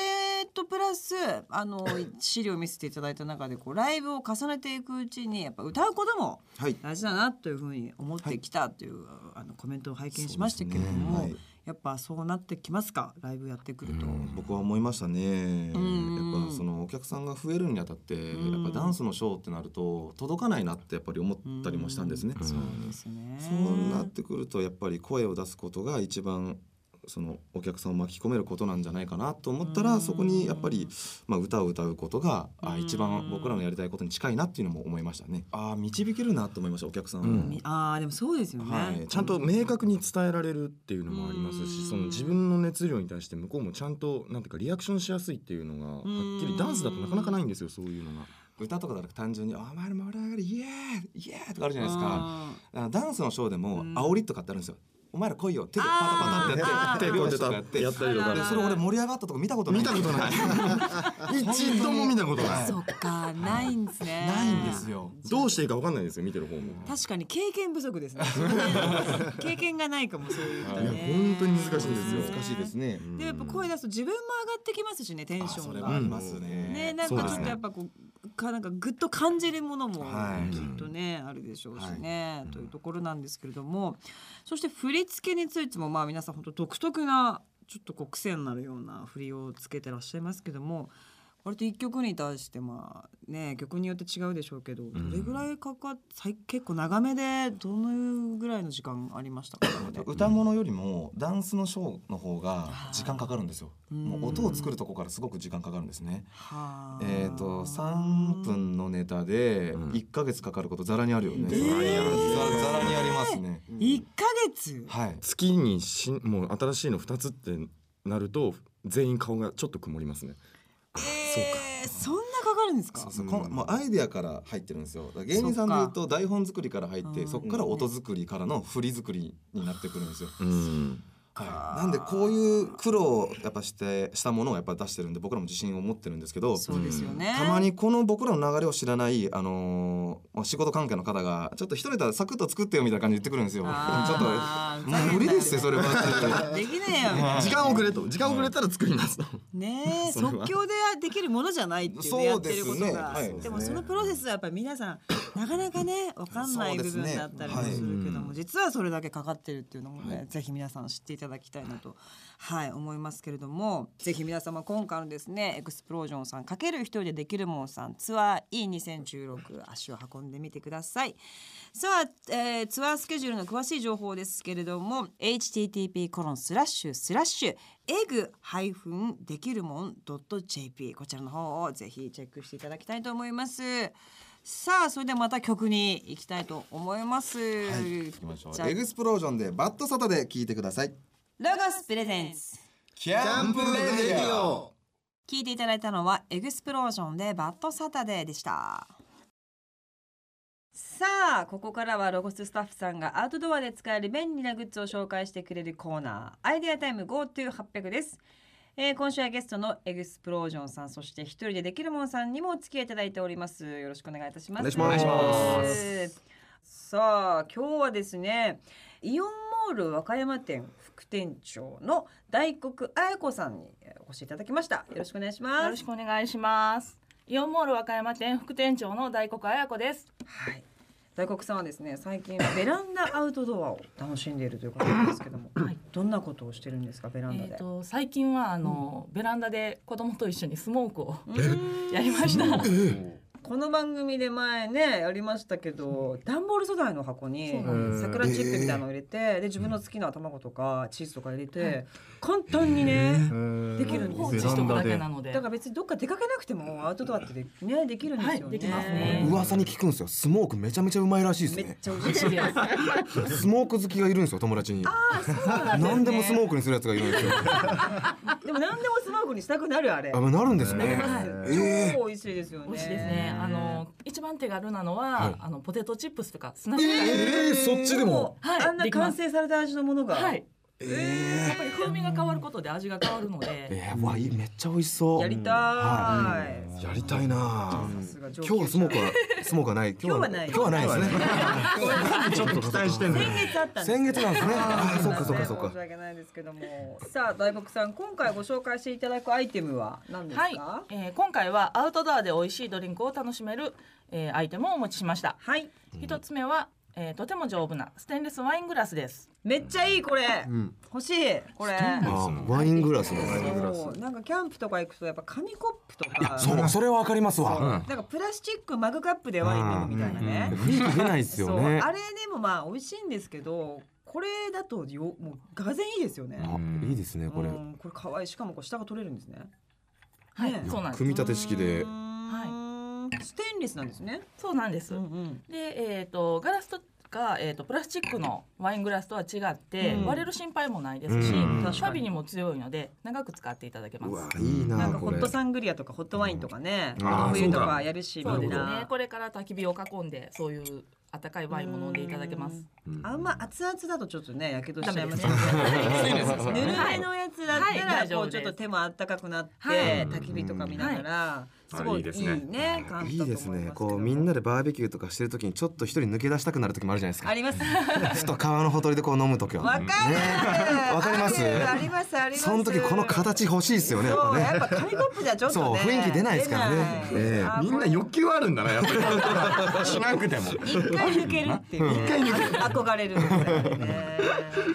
Speaker 1: とプラスあの資料を見せていただいた中でこうライブを重ねていくうちにやっぱ歌うことも
Speaker 2: はい
Speaker 1: 大事だなというふうに思ってきたという、あのコメントを拝見しましたけれども、
Speaker 2: そうですねはい
Speaker 1: やっぱそうなってきますかライブやってくると。
Speaker 2: 僕は思いましたねやっ
Speaker 1: うん
Speaker 2: ぱそのお客さんが増えるにあたってや
Speaker 1: ん
Speaker 2: っぱダンスのショーってなると届かないなってやっぱり思ったりもしたんですね
Speaker 1: うそうですね。
Speaker 2: そうなってくるとやっぱり声を出すことが一番そのお客さんを巻き込めることなんじゃないかなと思った
Speaker 1: うん
Speaker 2: らそこにやっぱり、まあ、歌を歌うことが
Speaker 1: う
Speaker 2: あ
Speaker 1: ん
Speaker 2: 一番僕らのやりたいことに近いなっていうのも思いましたね。あー導けるなと思いましたお客さんを、
Speaker 4: うん
Speaker 1: みああでもそうですよね。
Speaker 2: はい、
Speaker 4: ちゃんと明確に伝えられるっていうのもあります
Speaker 1: うん
Speaker 4: しその自分の熱量に対して向こうもちゃんとなんていうかリアクションしやすいっていうのがはっき
Speaker 1: うん
Speaker 4: りダンスだとなかなかないんですよそういうのが。
Speaker 2: 歌とかだと単純に「お前らも盛り上がるイエーイイエーイ!」とかあるじゃないですか
Speaker 1: あー
Speaker 2: あのダンスのショーでも
Speaker 1: うん
Speaker 2: 煽りとかってあるんですよ。お前ら来いよ手でパタパタってや
Speaker 1: あ
Speaker 2: っ
Speaker 1: ー
Speaker 2: て
Speaker 4: 手
Speaker 2: 手
Speaker 4: こう
Speaker 2: 拍子と
Speaker 4: やってた
Speaker 2: かやって
Speaker 4: やったりと
Speaker 1: あら
Speaker 2: で
Speaker 1: ら
Speaker 4: か
Speaker 2: それ俺盛り上がったとこ見たことない
Speaker 4: 見たこ とない一度も見たことない
Speaker 1: そっかないんですね。
Speaker 2: ないんです。よ。
Speaker 4: どうしていいかわかんないですよ見てる方も。
Speaker 1: 確かに経験不足 ですね。経験がないかもそういったね。
Speaker 4: いや本当に難しいんですよ
Speaker 2: 難しいですね。
Speaker 1: でもやっぱ声出すと自分も上がってきますしねテンショ
Speaker 2: あそ
Speaker 1: ン
Speaker 2: れ
Speaker 1: が。
Speaker 2: はありますね。
Speaker 1: ね、なん
Speaker 4: そう
Speaker 1: か
Speaker 4: で
Speaker 1: ちょ
Speaker 4: す
Speaker 1: っ
Speaker 4: ね
Speaker 1: とやっぱこうかなんかぐっと感じるものも
Speaker 2: はい
Speaker 1: きっとね、あるでしょうしね、というところなんですけれども、そして振り付けについてもまあ皆さん本当独特なちょっとこう癖になるような振りをつけてらっしゃいますけども割と一曲に対してまあね曲によって違うでしょうけどどれぐらいかかっさい結構長めでどのぐらいの時間ありましたかここで
Speaker 2: 歌物よりもダンスのショーの方が時間かかるんです
Speaker 1: う
Speaker 2: よ。
Speaker 1: ん
Speaker 2: もう音を作るとこからすごく時間かかるんですね。
Speaker 1: はあ
Speaker 2: えっ、と3分のネタで
Speaker 4: うん
Speaker 2: 1ヶ月かかることざらにあるよね。
Speaker 1: えー
Speaker 2: ざらざらにありますね。
Speaker 1: 一ヶ月
Speaker 2: はい。
Speaker 4: 月にしもう新しいの2つってなると全員顔がちょっと曇りますね。
Speaker 1: えー、そんなかかるんですか
Speaker 2: そうそうこんもうアイデアから入ってるんですよだから芸人さんでいうと台本作りから入って
Speaker 1: うん
Speaker 2: そこから音作りからの振り作りになってくるんですよ、
Speaker 4: うん
Speaker 2: はい、なんでこういう苦労をやっぱしてしたものをやっぱ出してるんで僕らも自信を持ってるんですけど
Speaker 1: そうですよね。
Speaker 2: たまにこの僕らの流れを知らない、あのー仕事関係の方がちょっと一人でサクッと作ってよみたいな感じで言ってくるんですよ。ちょっと
Speaker 1: あー
Speaker 2: もう無理ですよそれは。
Speaker 1: できねえよみたいな。
Speaker 4: 時間遅れと時間遅れたら作りますと。
Speaker 1: ねえ、
Speaker 4: それは
Speaker 1: 即興でできるものじゃないっていうね、や
Speaker 2: そ
Speaker 1: っ
Speaker 2: うで
Speaker 1: てる
Speaker 2: す
Speaker 1: こと
Speaker 2: ね
Speaker 1: が、
Speaker 2: はい
Speaker 1: でもそのプロセスはやっぱり皆さんなかなかねわかんない
Speaker 2: そう
Speaker 1: 部
Speaker 2: です
Speaker 1: 分
Speaker 2: ね
Speaker 1: だったりもするけども、
Speaker 4: はい
Speaker 1: 実はそれだけかかってるっていうのもね、ぜひ皆さん知っていたただきたいなと、はい、思いますけれどもぜひ皆様今回のですねエクスプロージョンさんかける一人でできるもんさんツアー E2016 足を運んでみてくださいさあ、えーツアースケジュールの詳しい情報ですけれども http コロンスラッシュスラッシュエグハイフンできるもん .jp こちらの方をぜひチェックしていただきたいと思いますさあそれではまた曲に行きたいと思います、
Speaker 2: はい、行きましょ
Speaker 1: じゃあ
Speaker 2: う。エグスプロージョンでバッドサタで聞いてください。
Speaker 1: ロゴスプレゼンツ
Speaker 2: キ
Speaker 3: キャンプレディオ
Speaker 1: 聞いていただいたのはエグスプロージョンでバッドサタデーでしたさあここからはロゴススタッフさんがアウトドアで使える便利なグッズを紹介してくれるコーナーアイデアタイム GoTo800 です、えー今週はゲストのエグスプロージョンさんそして一人でできるもんさんにもお付き合いいただいておりますよろしくお願いいたします
Speaker 4: お願いしますお願いし
Speaker 1: さあ今日はですねイオンモール和歌山店副店長の大黒彩子さんにえーお越しいただきましたよろしくお願いします
Speaker 5: よろしくお願いします。イオンモール和歌山店副店長の大黒彩子です。
Speaker 1: はい。大黒さんはですね、最近ベランダアウトドアを楽しんでいるということなんですけども、どんなことをしてるんですかベランダ
Speaker 5: えっ
Speaker 1: で。
Speaker 5: と最近はあの、ベランダで子供と一緒にスモークを
Speaker 1: うーん
Speaker 5: やりました。
Speaker 1: この番組で前ねやりましたけど段ボール素材の箱
Speaker 5: そ
Speaker 1: に
Speaker 5: うなん
Speaker 4: です
Speaker 1: 桜チップみたいなのを入れて、で自分の好きな卵とかチーズとか入れて、簡単にね、できるんです
Speaker 5: 放
Speaker 1: よ
Speaker 5: 置しとくだけなので。
Speaker 1: だから別にどっか出かけなくてもアウトドアってでねできるんですよね。
Speaker 5: はいできますね
Speaker 6: 噂に聞くんですよスモークめちゃめちゃうまいらしいです
Speaker 1: めっ
Speaker 6: ね
Speaker 1: ちゃ美味し
Speaker 5: そ。
Speaker 1: いう
Speaker 5: です
Speaker 6: スモーク好きがいるんですよ友達に何でもスモークにするやつがいるんですよ
Speaker 1: でも何でもスマホにしたくなるあれ。
Speaker 6: あなるんです ねえ
Speaker 1: 超美味しいですよね。
Speaker 5: 美味しいですね。あの一番手軽なのは、
Speaker 6: はい
Speaker 5: あのポテトチップスとかスナック菓子
Speaker 6: えーそっちでも
Speaker 5: はい
Speaker 1: あんな完成された味のものが、
Speaker 5: はい。
Speaker 6: え
Speaker 5: やっぱり風味が変わることで味が変わるの
Speaker 6: ー
Speaker 5: で。
Speaker 6: えーわいいめっちゃ美味しそう
Speaker 1: やりたい、
Speaker 6: いやりたいな
Speaker 1: さすが上級者
Speaker 6: 今日はスモークはスモークはない今
Speaker 1: 今日はない
Speaker 6: 今日はないですねちょっと期待してん
Speaker 1: 先月あったんです
Speaker 6: 先月なんですねあーそっかそっかそっ
Speaker 1: 申し
Speaker 6: か
Speaker 1: 訳ないですけどもさあ大黒さん今回ご紹介していただくアイテムは何ですか
Speaker 5: はい、えー今回はアウトドアで美味しいドリンクを楽しめる、えーアイテムをお持ちしました。
Speaker 1: はい
Speaker 5: 一つ目は、えーとても丈夫なステンレスワイングラスです。
Speaker 1: めっちゃいいこれ、
Speaker 3: ん
Speaker 1: 欲しいこれ
Speaker 6: あーワイングラスの
Speaker 1: そうなんかキャンプとか行くとやっぱ紙コップとか
Speaker 6: そうそれはわかりますわ
Speaker 1: なんかプラスチックマグカップでワイン飲むみたいなね、
Speaker 6: 雰囲気出ないです
Speaker 1: そう
Speaker 6: よね
Speaker 1: あれでもまあ美味しいんですけどこれだとよもうがぜいいですよね、
Speaker 6: あいいですねこれ
Speaker 1: うんこれ可愛いしかもこう下が取れるんですね
Speaker 5: はい
Speaker 1: ね、
Speaker 5: そうなんです
Speaker 6: 組み。立て式で
Speaker 1: はいステンレスなんですね
Speaker 5: そうなんです。
Speaker 1: ん
Speaker 5: で、えっ、とガラスとかえっ、とプラスチックのワイングラスとは違って、
Speaker 1: うん
Speaker 5: 割れる心配もないですし
Speaker 6: うん
Speaker 1: 確か、に
Speaker 5: サビにも強いので長く使っていただけます。
Speaker 6: うわいいな
Speaker 1: なんかホ
Speaker 6: これ
Speaker 1: ットサングリアとかホットワインとかね、
Speaker 6: うんあー
Speaker 1: 冬と
Speaker 6: そう
Speaker 1: か
Speaker 6: だ
Speaker 1: やるしみ
Speaker 5: そうで
Speaker 1: ん
Speaker 5: すね
Speaker 1: な。
Speaker 5: これから焚き火を囲んでそういう温かいワインも飲んでいただけます。
Speaker 1: あんま熱々だとちょっとねやけどしちゃいます
Speaker 5: ダメですね
Speaker 1: ぬるめのやつだったら、
Speaker 5: はい
Speaker 1: こうちょっと手もあったかくなって、
Speaker 5: はい
Speaker 1: 焚き火とか見ながら、す
Speaker 4: あ
Speaker 1: ご
Speaker 4: い
Speaker 1: い
Speaker 4: いです
Speaker 1: いい
Speaker 4: ね
Speaker 1: ね感
Speaker 6: い
Speaker 1: じ
Speaker 6: い
Speaker 1: だと思いますけども
Speaker 6: ですねこうみんなでバーベキューとかしてる時にちょっと一人抜け出したくなる時もあるじゃないです
Speaker 1: あ
Speaker 6: か
Speaker 1: ります
Speaker 6: ふと川のほとりでこう飲む時は
Speaker 1: わかる
Speaker 6: ねわかります
Speaker 1: あるありますあります
Speaker 6: その時この形欲しいですよねやっ
Speaker 1: そうや
Speaker 6: ぱ
Speaker 1: っ
Speaker 6: ね
Speaker 1: ぱ紙コップじゃちょっとね
Speaker 6: そう雰囲気出ないですからね
Speaker 1: 出ない
Speaker 6: ええ
Speaker 1: あー
Speaker 4: みん
Speaker 1: こ
Speaker 4: な
Speaker 1: れ
Speaker 4: 欲求あるんだなやっぱりしなくても
Speaker 1: 一回抜けるっていう、ね、一回抜ける憧れるんですよね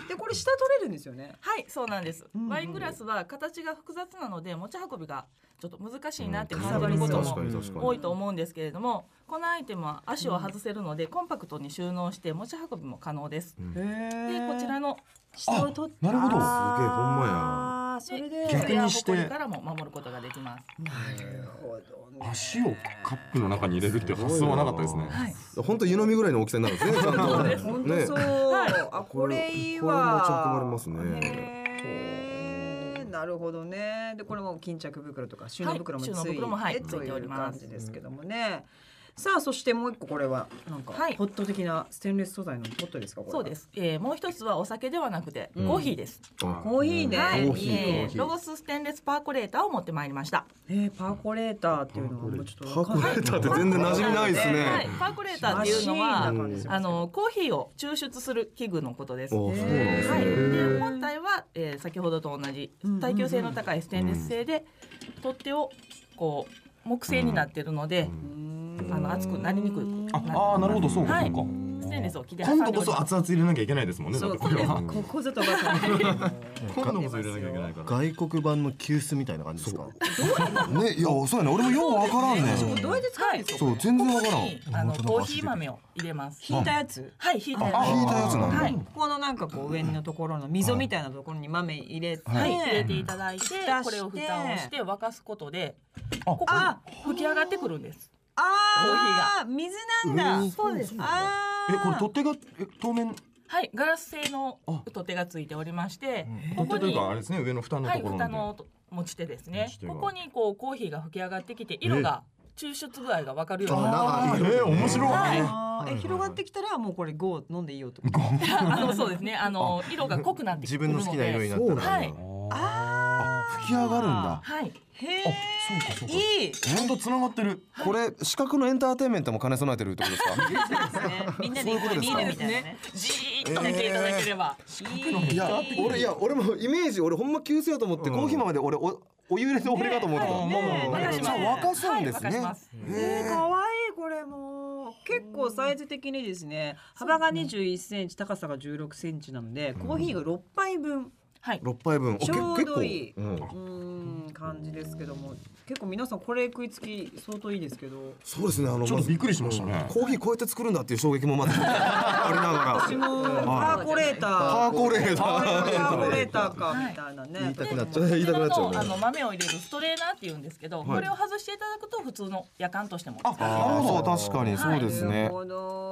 Speaker 1: でこれ下取れるんですよね
Speaker 5: はい、そうなんです。
Speaker 1: んうん
Speaker 5: ワイングラスは形が複雑なので持ち運びがちょっと難しいなって
Speaker 1: うん
Speaker 5: 感じること
Speaker 1: 確
Speaker 6: かに
Speaker 5: も
Speaker 6: 確かに
Speaker 5: 多いと思うんですけれども、このアイテムは足を外せるのでコンパクトに収納して持ち運びも可能です。で、こちらの
Speaker 1: 下を取って
Speaker 6: なるほど
Speaker 1: あー
Speaker 6: すげえほんまや
Speaker 1: あーそれで
Speaker 4: 逆にして
Speaker 5: ホコリからも守ることができます。
Speaker 4: 足をカップの中に入れるって発想はなかったですね
Speaker 5: はい、
Speaker 6: 本当湯飲みぐらいの大きさになるんですね ちゃんとね
Speaker 1: 本当そう、あこれいいわ
Speaker 6: これこれ持ち運ばれますね
Speaker 1: へーなるほどねでこれも巾着袋とか収納袋もついて、
Speaker 5: 収納袋もはい
Speaker 1: と
Speaker 5: つい
Speaker 1: い
Speaker 5: ており
Speaker 1: う
Speaker 5: ま
Speaker 1: 感
Speaker 5: す
Speaker 1: じですけどもねさあそしてもう一個これはなんか
Speaker 5: はい
Speaker 1: ポット的なステンレス素材のポットですかこれは
Speaker 5: そうです。えーもう一つはお酒ではなくてコーヒーです。
Speaker 6: あ
Speaker 1: コーヒーね、
Speaker 5: はい、え
Speaker 1: いいね
Speaker 5: ーロゴスステンレスパーコレーターを持ってまいりました。
Speaker 1: えー、パーコレーターっていうのはもうちょっと
Speaker 6: パーコレーターって全然馴染みないですね
Speaker 5: はい、パーコレーターっていうのは、
Speaker 1: マシーンな感じします
Speaker 5: あのコーヒーを抽出する器具のことです。
Speaker 6: お
Speaker 5: は
Speaker 6: そうなん
Speaker 1: へ
Speaker 6: で
Speaker 5: い、
Speaker 6: す
Speaker 1: ー
Speaker 6: ね
Speaker 5: で本体は、えー、先ほどと同じ
Speaker 1: うんうん
Speaker 5: 耐久性の高いステンレス製で、取っ手をこう木製になっているので、あの熱くなりにくくなってます
Speaker 7: ああーなるほどそうか
Speaker 5: は
Speaker 7: そう
Speaker 5: い
Speaker 7: か、
Speaker 5: ステンンレスを着て挟ん
Speaker 4: 今
Speaker 5: でお
Speaker 4: 度こ
Speaker 5: ります
Speaker 4: そ熱々入れなきゃいけないですもんね。
Speaker 1: そ
Speaker 4: だっ
Speaker 1: う
Speaker 4: て
Speaker 1: こ
Speaker 4: これ
Speaker 1: れ
Speaker 4: は
Speaker 1: ここぞとばか り
Speaker 4: 今度こそ入れなきゃいけないから。
Speaker 3: 外国版の急須みたいな感じですか
Speaker 6: ねいやそうやね俺もようわからんね
Speaker 1: 私もどうやって使うんですか
Speaker 6: そう全
Speaker 5: こ
Speaker 6: 然わか
Speaker 5: こ
Speaker 6: らん
Speaker 5: にあのコーヒー豆を入れます。
Speaker 1: 引いたやつ
Speaker 5: はい、引いたやつ。
Speaker 6: あ引いたやつなんだ
Speaker 5: はい。
Speaker 1: ここのなんかこう上のところの溝みたいなところに豆入れて、
Speaker 5: はい、入れていただいて
Speaker 1: うん、
Speaker 5: これを蓋をして沸かすことで、
Speaker 6: あ
Speaker 5: ここに吹き上がってくるんです。
Speaker 1: あー水なんだ
Speaker 5: そうです
Speaker 1: あ
Speaker 6: え
Speaker 1: ー
Speaker 6: これ取っ手がえ当面
Speaker 5: はい、ガラス製の
Speaker 6: あ
Speaker 5: 取っ手がついておりまして、
Speaker 4: こ
Speaker 5: こ
Speaker 4: こに
Speaker 5: こ
Speaker 4: とい
Speaker 5: に
Speaker 4: うかあれですね上の蓋の
Speaker 5: は
Speaker 4: と
Speaker 5: い、
Speaker 4: ころ
Speaker 5: 蓋
Speaker 4: の。
Speaker 5: の持ち手ですね
Speaker 4: 持ち。手が
Speaker 5: ここにこうコーヒーが吹き上がってきて、色が抽出具合がわかるようになる。
Speaker 6: あ
Speaker 4: あ
Speaker 6: ー
Speaker 4: えー面白い。
Speaker 1: あーえ広がってきたらもうこれゴー飲んでいいよってこと
Speaker 5: あのそうですね。あの色が濃くなってきて
Speaker 3: 自
Speaker 5: くる
Speaker 3: 分
Speaker 5: の
Speaker 3: の
Speaker 5: で。
Speaker 3: 好きな色になったら
Speaker 5: はい。
Speaker 6: あ吹き上がるんだ
Speaker 5: はい。
Speaker 1: へ
Speaker 6: あ
Speaker 1: え
Speaker 6: そうかそうか
Speaker 1: いい
Speaker 6: ちゃんと繋がってる
Speaker 3: これ視覚のエンターテインメントも兼ね備えてるってこと ですか
Speaker 1: ねみんなでこれビールみたいなね
Speaker 5: じーっと見ていただければ。
Speaker 1: いい
Speaker 6: いや
Speaker 3: 俺いや俺もイメージ俺ほんま急須やと思って、
Speaker 6: うん
Speaker 3: コーヒー豆で俺おお湯入れて俺かと思ってた、
Speaker 5: はい
Speaker 1: ねえ
Speaker 5: わかします
Speaker 6: じゃあ沸かすんですね
Speaker 5: はい沸かします
Speaker 1: えー、かわいいこれも結構サイズ的にですね幅が21センチ高さが16センチなのでコーヒーが6杯分
Speaker 5: はい。
Speaker 6: 六杯分お
Speaker 1: ちょうどい
Speaker 6: 結
Speaker 1: い
Speaker 6: 構うん
Speaker 1: うーん感じですけども結構皆さんこれ食いつき相当いいですけど
Speaker 6: そうですねあの
Speaker 4: ちょっとびっくりしましたね
Speaker 6: まずコーヒーこうやって作るんだっていう衝撃もまだあれなが
Speaker 1: 私
Speaker 6: ら
Speaker 1: もパーコレータ
Speaker 6: パ
Speaker 1: ー
Speaker 6: ーコレータ
Speaker 1: パ
Speaker 6: ー
Speaker 1: ーコレーターかみたいなね
Speaker 3: 言いたくなっちゃ
Speaker 6: ゃう
Speaker 3: う
Speaker 6: 言いたくなっちゃう
Speaker 5: こち
Speaker 6: ね
Speaker 5: らのあの豆を入れるストレーナーって言うんですけど、これを外していただくと普通の夜間としても使えます。
Speaker 6: なるほど確かにそうです
Speaker 1: なる
Speaker 6: ね
Speaker 1: ほどこれなんか
Speaker 4: 便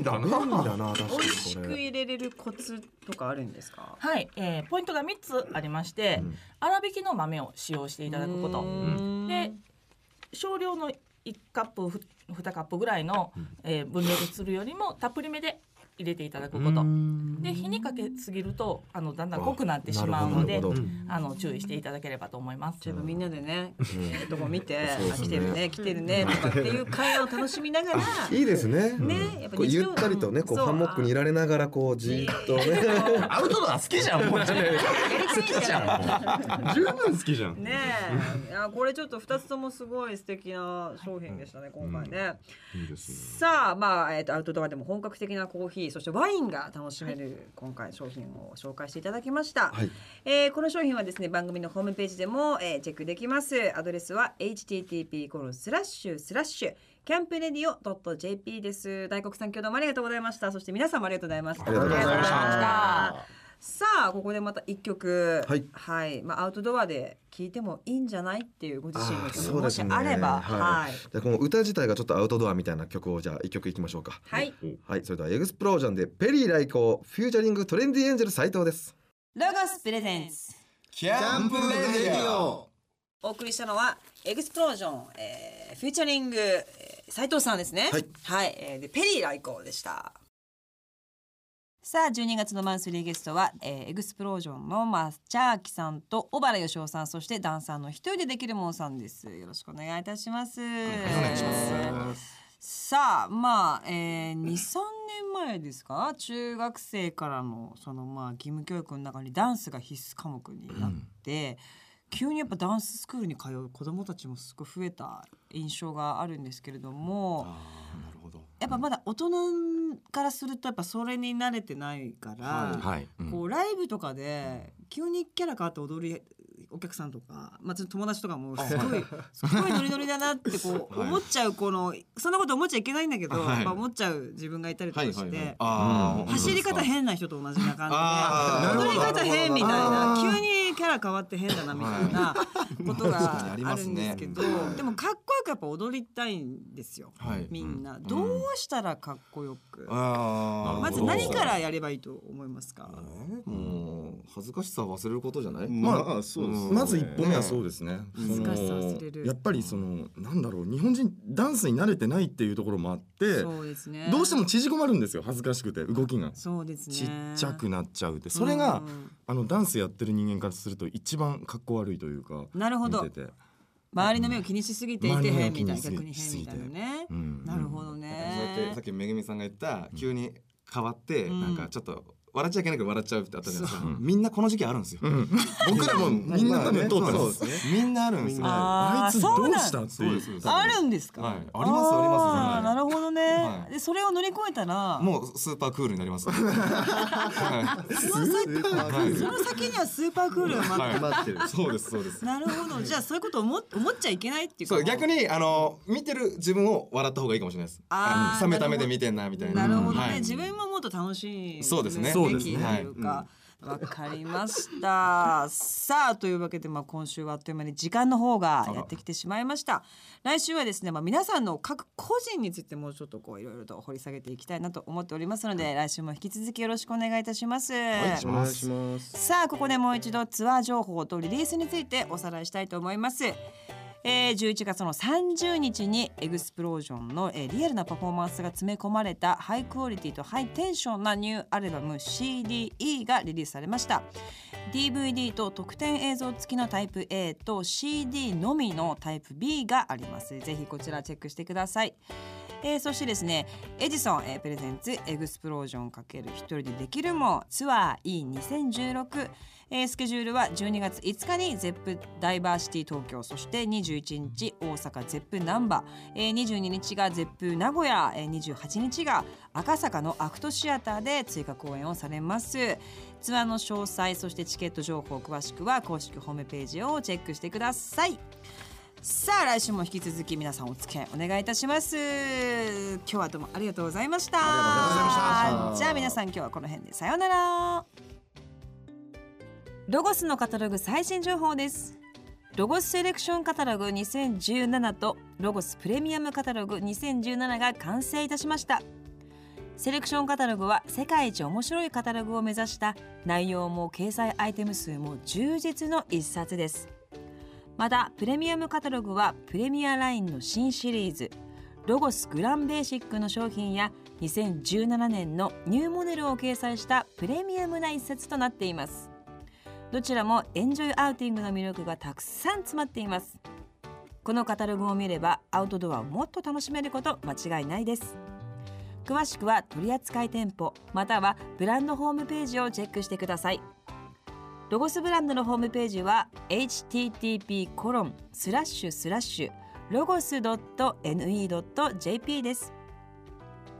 Speaker 4: 利だな。
Speaker 6: 便利だな確か
Speaker 1: 美
Speaker 6: に
Speaker 1: 味し
Speaker 6: そ
Speaker 1: く
Speaker 6: れ
Speaker 1: 入れれるコツとかあるんですか
Speaker 5: はい、えーポイントが3つありまして、粗挽きの豆を使用していただくこと
Speaker 1: うーん
Speaker 5: で少量の1カップふ2カップぐらいの、えー分量するよりもたっぷりめで入れていただくことで火にかけすぎるとあのだんだん濃くなってしまうの
Speaker 6: な
Speaker 5: で
Speaker 6: るほど
Speaker 5: あの注意していただければと思います。
Speaker 1: ちょっとみんなでね、えーとこ見て、あ来てるね、来てるねとかっていう会話を楽しみながら、
Speaker 6: いいですね
Speaker 1: ねやっぱ日常
Speaker 6: こうゆったりとねこう
Speaker 1: そう
Speaker 6: ハンモックにいられながらこうじーっとね
Speaker 4: アウトドア好きじゃんもう。好きじゃんもう。十分好きじゃ ん。
Speaker 1: ねえ、いやこれちょっと二つともすごい素敵な商品でしたね、今回ね。
Speaker 4: いいですね。
Speaker 1: さあ、まあえっ、とアウトドアでも本格的なコーヒー、そしてワインが楽しめる今回商品を紹介していただきました。
Speaker 6: はい
Speaker 1: えーこの商品はですね番組のホームページでも、えーチェックできますアドレスは http コロンスラッシュスラッシュキャンプレディオ .jp です大黒さん今日どうもありがとうございましたそして皆さんもありがとうございましたあり
Speaker 6: がとうございました
Speaker 1: さあここでまた一曲
Speaker 6: はい
Speaker 1: まあ、アウトドアで聴いてもいいんじゃないっていうご自身の
Speaker 6: あー
Speaker 1: 曲もしあればは
Speaker 6: はいい、じゃあこの歌自体がちょっとアウトドアみたいな曲をじゃあ一曲いきましょうか
Speaker 1: はい、
Speaker 6: はい、それではエグスプロージョンでペリー来航フューチャリングトレンディエンジェル斉藤です
Speaker 1: ロゴスプレゼンス
Speaker 2: キャンプレディオ
Speaker 1: お送りしたのはエクスプロージョン、えー、フューチャリング、えー、斉藤さんですね
Speaker 6: はい、
Speaker 1: はいえーでペリー来航でしたさあ12月のマンスリーゲストは、えー、エグスプロージョンのまあチャーキさんと小原芳雄さんそしてダンサーの一人でできるもんさんですよろしくお願いいたしますお願いしますさあまあ、えー、23年前ですか中学生からのそのまあ義務教育の中にダンスが必須科目になって、急にやっぱダンススクールに通う子どもたちもすごい増えた印象があるんですけれども
Speaker 2: なるほど
Speaker 1: やっぱまだ大人からするとやっぱそれに慣れてないから、
Speaker 4: はい。うん
Speaker 1: こうライブとかで急にキャラ変わって踊りお客さんとか、まあ、ちょっと友達とかもすごいすごいノリノリだなってこう
Speaker 4: はい
Speaker 1: 思っちゃうこのそんなこと思っちゃいけないんだけど、
Speaker 2: はい
Speaker 1: やっぱ思っちゃう自分がいたりとか
Speaker 2: は
Speaker 1: し
Speaker 2: い
Speaker 1: て。
Speaker 2: はいはいあー
Speaker 1: 走り方変な人と同じな
Speaker 2: あ
Speaker 1: 感
Speaker 2: ー
Speaker 1: じで踊り方変みたいな
Speaker 6: あー
Speaker 1: 急にキャラ変わって変だなみたいなことが
Speaker 2: 確かに
Speaker 1: あ
Speaker 2: あります
Speaker 1: るん
Speaker 2: ね
Speaker 1: ですけど
Speaker 2: うん
Speaker 1: でもかっこよくやっぱ踊りたいんですよ
Speaker 2: はい
Speaker 1: みんな
Speaker 2: うん
Speaker 1: どうしたらかっこよく
Speaker 2: あー
Speaker 1: まず
Speaker 4: なる
Speaker 1: 何からやればいいと思いますか
Speaker 2: えーもう恥ずかしさ忘れることじゃない、
Speaker 3: まあそうですね
Speaker 4: まず一歩目はそう
Speaker 6: で
Speaker 4: ですね。
Speaker 1: 恥ずかしさ忘れる
Speaker 4: そのやっぱりそのなんだろう日本人ダンスに慣れてないっていうところもあって、
Speaker 1: そうですね
Speaker 4: どうしても縮こまるんですよ恥ずかしくて動きが
Speaker 1: そうですね
Speaker 4: ちっちゃくなっちゃうってそれが、
Speaker 1: うん
Speaker 4: あのダンスやってる人間からすると一番かっこ悪いというか
Speaker 1: なるほど
Speaker 4: 見てて、
Speaker 1: 周りの目を気にしすぎていて
Speaker 4: 周りの目
Speaker 1: 変
Speaker 4: を気
Speaker 1: みたい
Speaker 4: に
Speaker 1: な
Speaker 4: しすぎ
Speaker 1: 逆に変みたいなね
Speaker 4: うん
Speaker 1: なるほど
Speaker 2: そうやって
Speaker 1: ね
Speaker 2: さっきめぐみさんが言った急に変わって、
Speaker 1: うん
Speaker 2: なんかちょっと笑っちゃいけないけど笑っちゃうってあったじゃないですか、
Speaker 4: そう
Speaker 2: みんなこの時期あるんですよ、
Speaker 4: 僕らもみんな 多分通ってます。
Speaker 2: みんなあるんですよ、は
Speaker 1: あー
Speaker 4: あいつど
Speaker 1: そう
Speaker 4: う
Speaker 1: なん
Speaker 4: したっていう。
Speaker 2: そうです
Speaker 1: あるんですか。
Speaker 2: い、ありますあり
Speaker 1: あ
Speaker 2: ま
Speaker 1: ー
Speaker 2: す
Speaker 1: なるほどね、
Speaker 2: はい
Speaker 1: でそれを乗り越えたら
Speaker 2: もうスーパークールにな ります。
Speaker 1: その先その先にはスーパークールが待ってる
Speaker 3: 待ってる
Speaker 2: そうですそうです。
Speaker 1: なるほどじゃあそういうこと思っ思っちゃいけないっていうか
Speaker 2: そう逆にあの見てる自分を笑った方がいいかもしれないです。
Speaker 1: あー
Speaker 2: あの冷めた目で見てんなみたい
Speaker 1: な
Speaker 2: な。
Speaker 1: るほどね、
Speaker 2: はい
Speaker 1: 自分ももっと楽しい
Speaker 2: そうですね
Speaker 1: そう
Speaker 4: そう
Speaker 1: で
Speaker 4: ですす
Speaker 1: ね
Speaker 4: ね
Speaker 1: というかわかりましたさあというわけでまあ今週はあっという間に時間の方がやってきてしまいました来週はですねまあ皆さんの各個人についてもうちょっとこういろいろと掘り下げていきたいなと思っておりますので来週も引き続きよろしくお願いいたします、
Speaker 3: お願いします
Speaker 1: さあここでもう一度ツアー情報とリリースについておさらいしたいと思います。えー、11月の30日にエグスプロージョンの、えーリアルなパフォーマンスが詰め込まれたハイクオリティとハイテンションなニューアルバム CDE がリリースされました DVD と特典映像付きのタイプ A と CD のみのタイプ B がありますぜひこちらチェックしてくださいえーそしてですねエジソン、えープレゼンツエグスプロージョンかける一人でできるもツアー E2016、えースケジュールは12月5日に ZEP ダイバーシティ東京そして21日大阪 ZEP 難波、えー、22日が ZEP 名古屋、えー、28日が赤坂のアクトシアターで追加公演をされますツアーの詳細そしてチケット情報詳しくは公式ホームページをチェックしてくださいさあ来週も引き続き皆さんお付き合いお願いいたします今日はどうもありがとうございました
Speaker 3: ありがとうございました
Speaker 1: じゃあ皆さん今日はこの辺でさようならロゴスのカタログ最新情報ですロゴスセレクションカタログ2017とロゴスプレミアムカタログ2017が完成いたしましたセレクションカタログは世界一面白いカタログを目指した内容も掲載アイテム数も充実の一冊ですまたプレミアムカタログはプレミアラインの新シリーズロゴスグランベーシックの商品や2017年のニューモデルを掲載したプレミアムな一冊となっていますどちらもエンジョイアウティングの魅力がたくさん詰まっていますこのカタログを見ればアウトドアをもっと楽しめること間違いないです詳しくは取扱店舗またはブランドホームページをチェックしてくださいロゴスブランドのホームページは http コロンスラッシュスラッシュロゴス .ne.jp です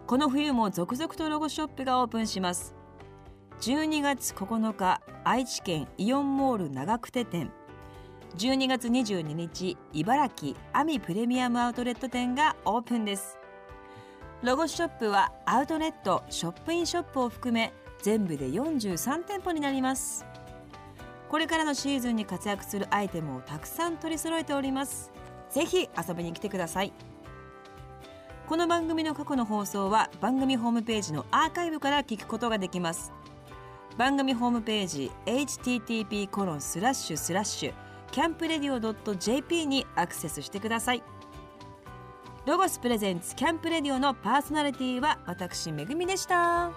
Speaker 1: この冬も続々とロゴショップがオープンします12月9日愛知県イオンモール長久手店12月22日茨城アミプレミアムアウトレット店がオープンですロゴスショップはアウトレットショップインショップを含め全部で43店舗になりますこれからのシーズンに活躍するアイテムをたくさん取り揃えておりますぜひ遊びに来てくださいこの番組の過去の放送は番組ホームページのアーカイブから聞くことができます番組ホームページ http コロンスラッシュスラッシュキャンプレディオ .jp にアクセスしてくださいロゴスプレゼンツキャンプレディオのパーソナリティは私めぐみでした。